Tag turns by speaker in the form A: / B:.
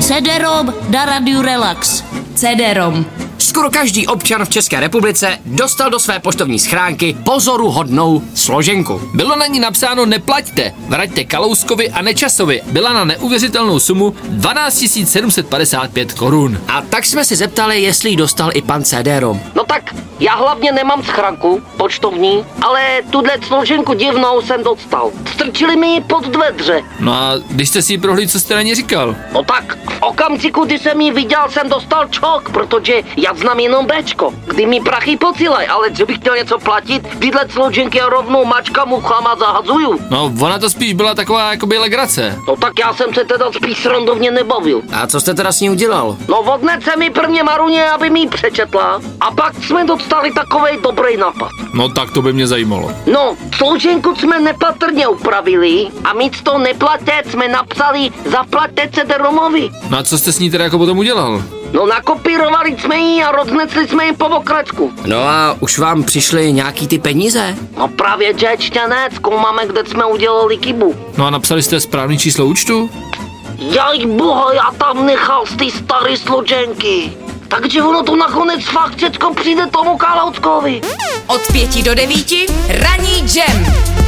A: CD-ROM na Radiu Relax.
B: CD-ROM.
C: Skoro každý občan v České republice dostal do své poštovní schránky pozoruhodnou složenku.
D: Bylo na ní napsáno neplaťte, vraťte Kalouskovi a Nečasovi. Byla na neuvěřitelnou sumu 12 755 korun.
C: A tak jsme si zeptali, jestli ji dostal i pan CD-ROM.
E: No tak, já hlavně nemám schranku poštovní, ale tuhle složenku divnou jsem dostal. Strčili mi ji pod dveře.
D: No a když jste si ji prohlíd, co jste na ní říkal?
E: No tak, v okamžiku, kdy jsem ji viděl, jsem dostal čok, protože já znám jenom Bčko. Kdy mi prachy pocílej, ale že bych chtěl něco platit, tyhle složenky rovnou mačkám uchama zahazuju.
D: No, ona to spíš byla taková jakoby legrace.
E: No tak já jsem se teda spíš srandovně nebavil.
C: A co jste teda s ní udělal?
E: No odnes se mi prvně Maruně, aby mi ji přečetla a pak jsme dostali takovej dobrý nápad.
D: No tak to by mě zajímalo.
E: No, složenku jsme nepatrně upravili a místo neplaté jsme napsali zaplatte se Romovi.
D: No a co jste s ní teda jako potom udělal?
E: No nakopírovali jsme ji a roznesli jsme ji po okračku.
C: No a už vám přišly nějaký ty peníze?
E: No právě že čtěnec, máme, kde jsme udělali kybu.
D: No a napsali jste správný číslo účtu?
E: Jaj boha, já tam nechal z ty staré složenky. Takže ono to nakonec fakt všecko přijde tomu Kaloutkovi.
B: Od pěti do devíti ranní jam.